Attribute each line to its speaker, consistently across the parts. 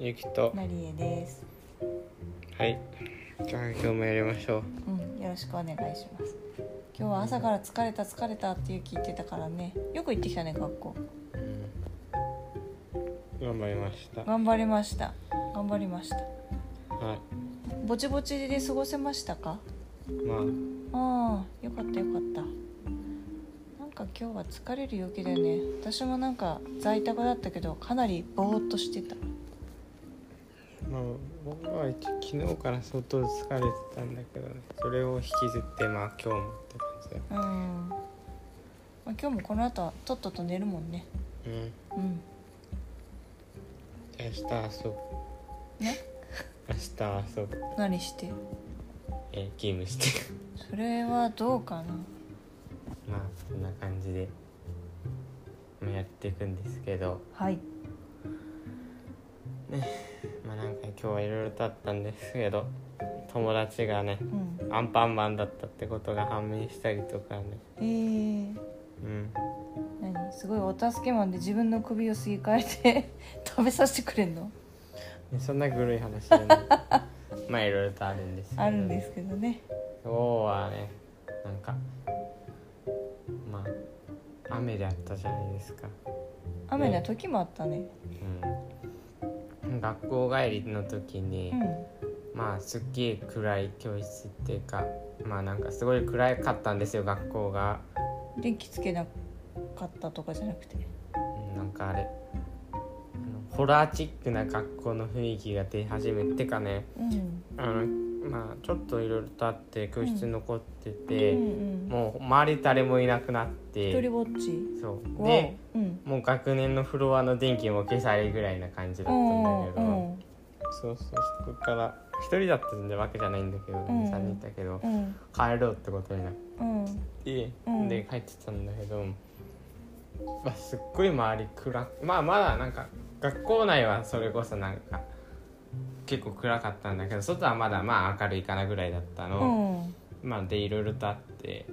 Speaker 1: ゆきと
Speaker 2: マリエです。
Speaker 1: はいじゃあ今日もやりましょう
Speaker 2: うん、よろしくお願いします。今日は朝から疲れた疲れたっていう聞いてたからね。よく行ってきたね学校。
Speaker 1: 頑張りましたは
Speaker 2: 頑張りました。頑張りました。
Speaker 1: い
Speaker 2: ぼちぼちで過ごせましたか？
Speaker 1: まあ
Speaker 2: ああ、よかったよかった。なんか今日は疲れる陽気だよね。私もなんか在宅だったけどかなりぼーっとしてた。
Speaker 1: まあ僕は一昨日から相当疲れてたんだけどねそれを引きずってまあ今日もって感じだよ
Speaker 2: うん。まあ、今日もこの後はとっとと寝るもんね。
Speaker 1: うん
Speaker 2: うん。
Speaker 1: じゃあ明日遊ぶ
Speaker 2: ね？
Speaker 1: 明日遊ぶ
Speaker 2: 何して？
Speaker 1: えーゲームして
Speaker 2: それはどうかな。
Speaker 1: まあそんな感じでまあやっていくんですけど
Speaker 2: はい。
Speaker 1: まあなんか今日はいろいろとあったんですけど友達がね
Speaker 2: うん。
Speaker 1: アンパンマンだったってことが判明したりとかね
Speaker 2: えー、
Speaker 1: うん
Speaker 2: 何すごいお助けマンで自分の首をすり替えて 食べさせてくれんの
Speaker 1: でそんなぐるい話じゃ ないまあいろいろとあるんですけど
Speaker 2: あるんですけどね
Speaker 1: 今日はねなんかまあ雨であったじゃないですか、
Speaker 2: 雨の時もあったね
Speaker 1: うん、学校帰りの時に、
Speaker 2: うん
Speaker 1: まあすっげえ暗い教室っていうかまあなんかすごい暗かったんですよ学校が、
Speaker 2: 電気つけなかったとかじゃなくて
Speaker 1: うんなんかあれあのホラーチックな学校の雰囲気が出始めてかね
Speaker 2: うん
Speaker 1: あのまあちょっといろいろとあって教室残って
Speaker 2: う
Speaker 1: て、
Speaker 2: んうん
Speaker 1: もう周り誰もいなくなっ
Speaker 2: 一人
Speaker 1: て
Speaker 2: ぼっち
Speaker 1: そう
Speaker 2: わ
Speaker 1: で
Speaker 2: おうん
Speaker 1: もう学年のフロアの電気も消されるぐらいな感じだ
Speaker 2: う
Speaker 1: ったんだ
Speaker 2: ん
Speaker 1: け
Speaker 2: う
Speaker 1: ど、
Speaker 2: ん
Speaker 1: そうそうそこから一人だったんだわけじゃないんだけど、
Speaker 2: ん
Speaker 1: 3人いたけど
Speaker 2: うん
Speaker 1: 帰ろうってことになっ
Speaker 2: うん
Speaker 1: て、
Speaker 2: うん
Speaker 1: で帰ってたんだけど、まあ、すっごい周り暗くまあまだなんか学校内はそれこそなんか結構暗かったんだけど外はまだまあ明るいかなぐらいだったの。
Speaker 2: うん
Speaker 1: まあでいろいろとあって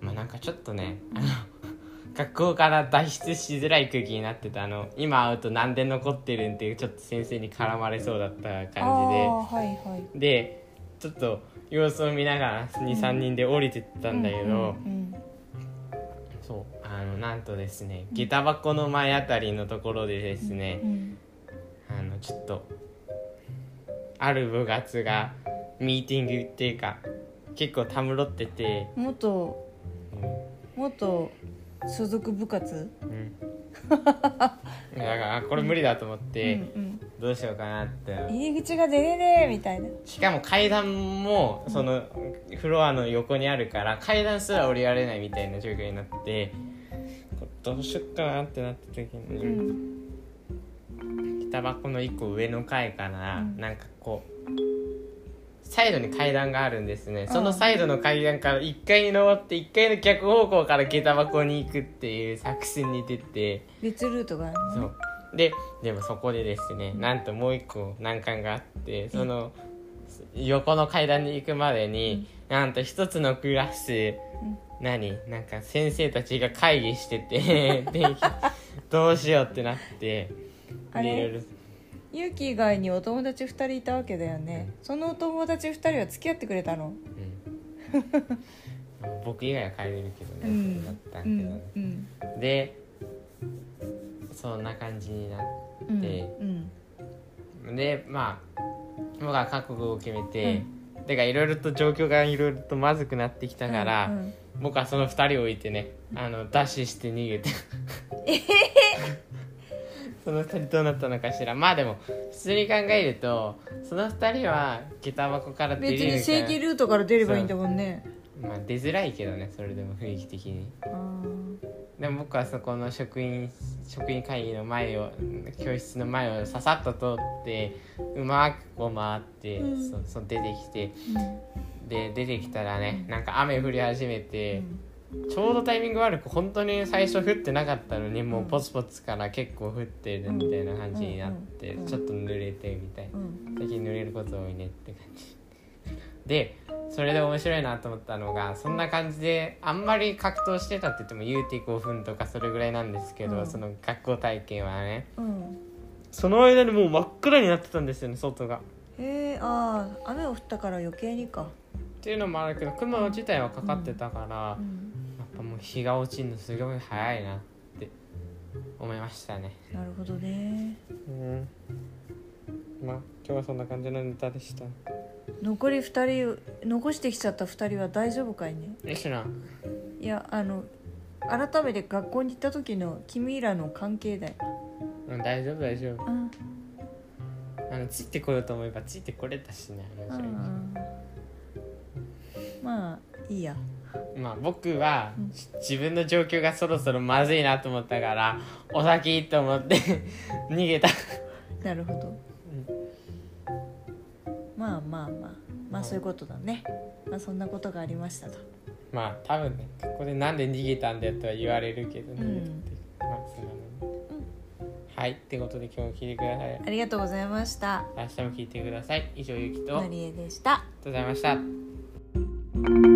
Speaker 1: まあなんかちょっとねあの 学校から脱出しづらい空気になってたあの今会うとなんで残ってるんっていうちょっと先生に絡まれそうだった
Speaker 2: あー
Speaker 1: 感
Speaker 2: はいはい
Speaker 1: じででちょっと様子を見ながら23人で降りてったんだけど、
Speaker 2: うん
Speaker 1: そうあのなんとですね下駄箱の前あたりのところでですね
Speaker 2: う、ん
Speaker 1: あのちょっとある部活がミーティングっていうか結構たむろってて。
Speaker 2: うんもっと
Speaker 1: うん
Speaker 2: もっと所属部活
Speaker 1: うんいやだからあこれ無理だと思っ
Speaker 2: う
Speaker 1: て、
Speaker 2: ん
Speaker 1: どうしようかなって
Speaker 2: うん入り口が出ねえねえみたいな
Speaker 1: しかも階段もそのフロアの横にあるから階段すら降りられないみたいな状況になってこうどうしようかなってなった時
Speaker 2: う
Speaker 1: に、
Speaker 2: ん
Speaker 1: タバコの1個上の階から、
Speaker 2: うん
Speaker 1: なんかこうサイドに階段があるんですね
Speaker 2: ん
Speaker 1: そのサイドの階段から1階に登って1階の逆方向から下駄箱に行くっていう作戦に出て。
Speaker 2: 別ルートがあるのね
Speaker 1: そうででもそこでですねなんともう一個難関があってその横の階段に行くまでに、なんと一つのクラス、何なんか先生たちが会議してて でどうしようってなって
Speaker 2: あれ
Speaker 1: でいろいろ
Speaker 2: ゆうき以外にお友達2人いたわけだよね、そのお友達2人は付き合ってくれたの
Speaker 1: うん僕以外は帰れるけどね、そうだった
Speaker 2: う
Speaker 1: けど
Speaker 2: ん
Speaker 1: ね、
Speaker 2: うん
Speaker 1: でそんな感じになって。
Speaker 2: うん
Speaker 1: で
Speaker 2: うん
Speaker 1: でまあ僕は覚悟を決めて、だからいろいろと状況がいろいろとまずくなってきたから、
Speaker 2: うんうん
Speaker 1: 僕はその2人を置いてねあのダッシュして逃げて その2人どうなったのかしらまあでも普通に考えるとその2人は下駄箱から出
Speaker 2: 別
Speaker 1: れ
Speaker 2: に
Speaker 1: るか
Speaker 2: 正
Speaker 1: ら
Speaker 2: 規ルートから出ればいいんだもんね
Speaker 1: まあ出づらいけどねそれでも雰囲気的に
Speaker 2: あー
Speaker 1: でも僕はそこの職員職員会議の前を教室の前をささっと通ってうまくこう回って、
Speaker 2: うん
Speaker 1: そそ出てきて
Speaker 2: うん
Speaker 1: で出てきたらねなんか雨降り始めて、
Speaker 2: う
Speaker 1: ちょうどタイミング悪く本当に最初降ってなかったのにもううんポツポツから結構降ってるみたいな感じになって、
Speaker 2: うんうんうん
Speaker 1: ちょっと濡れてみたいなん
Speaker 2: うん
Speaker 1: 最近濡れること多いねって感じ でそれで面白いなと思ったのがそんな感じであんまり格闘してたって言っても言うて5分とかそれぐらいなんですけど、
Speaker 2: うん
Speaker 1: その学校体験はね
Speaker 2: うん
Speaker 1: その間にもう真っ暗になってたんですよね外が。
Speaker 2: えー、ああ雨を降ったから余計にか、
Speaker 1: っていうのもあるけど雲自体はかかってたから、
Speaker 2: うん、
Speaker 1: やっぱもう日が落ちるのすごい早いなって思いましたね。
Speaker 2: なるほどね
Speaker 1: うん。まあ今日はそんな感じのネタでした。
Speaker 2: 残り2人残してきちゃった2人は大丈夫かいね
Speaker 1: 西野
Speaker 2: いやあの改めて学校に行った時の君らの関係だよ、
Speaker 1: うん、大丈夫大丈夫。
Speaker 2: うん
Speaker 1: あのついてこようと思えばついてこれたしね。あ
Speaker 2: う
Speaker 1: の
Speaker 2: ん、まあいいや
Speaker 1: まあ僕は
Speaker 2: うん
Speaker 1: じ自分の状況がそろそろまずいなと思ったからお先と思って 逃げた。
Speaker 2: なるほど、まあまあまあまあそういうことだね、まあ、そんなことがありましたと
Speaker 1: まあ多分ねここでなんで逃げたんだよとは言われるけどね。
Speaker 2: うん
Speaker 1: まあそんなもんはいってことで今日も聞いてください。
Speaker 2: ありがとうございました
Speaker 1: 明日も聞いてください。以上ゆきとあ
Speaker 2: の
Speaker 1: りがと
Speaker 2: りえでした
Speaker 1: うございました。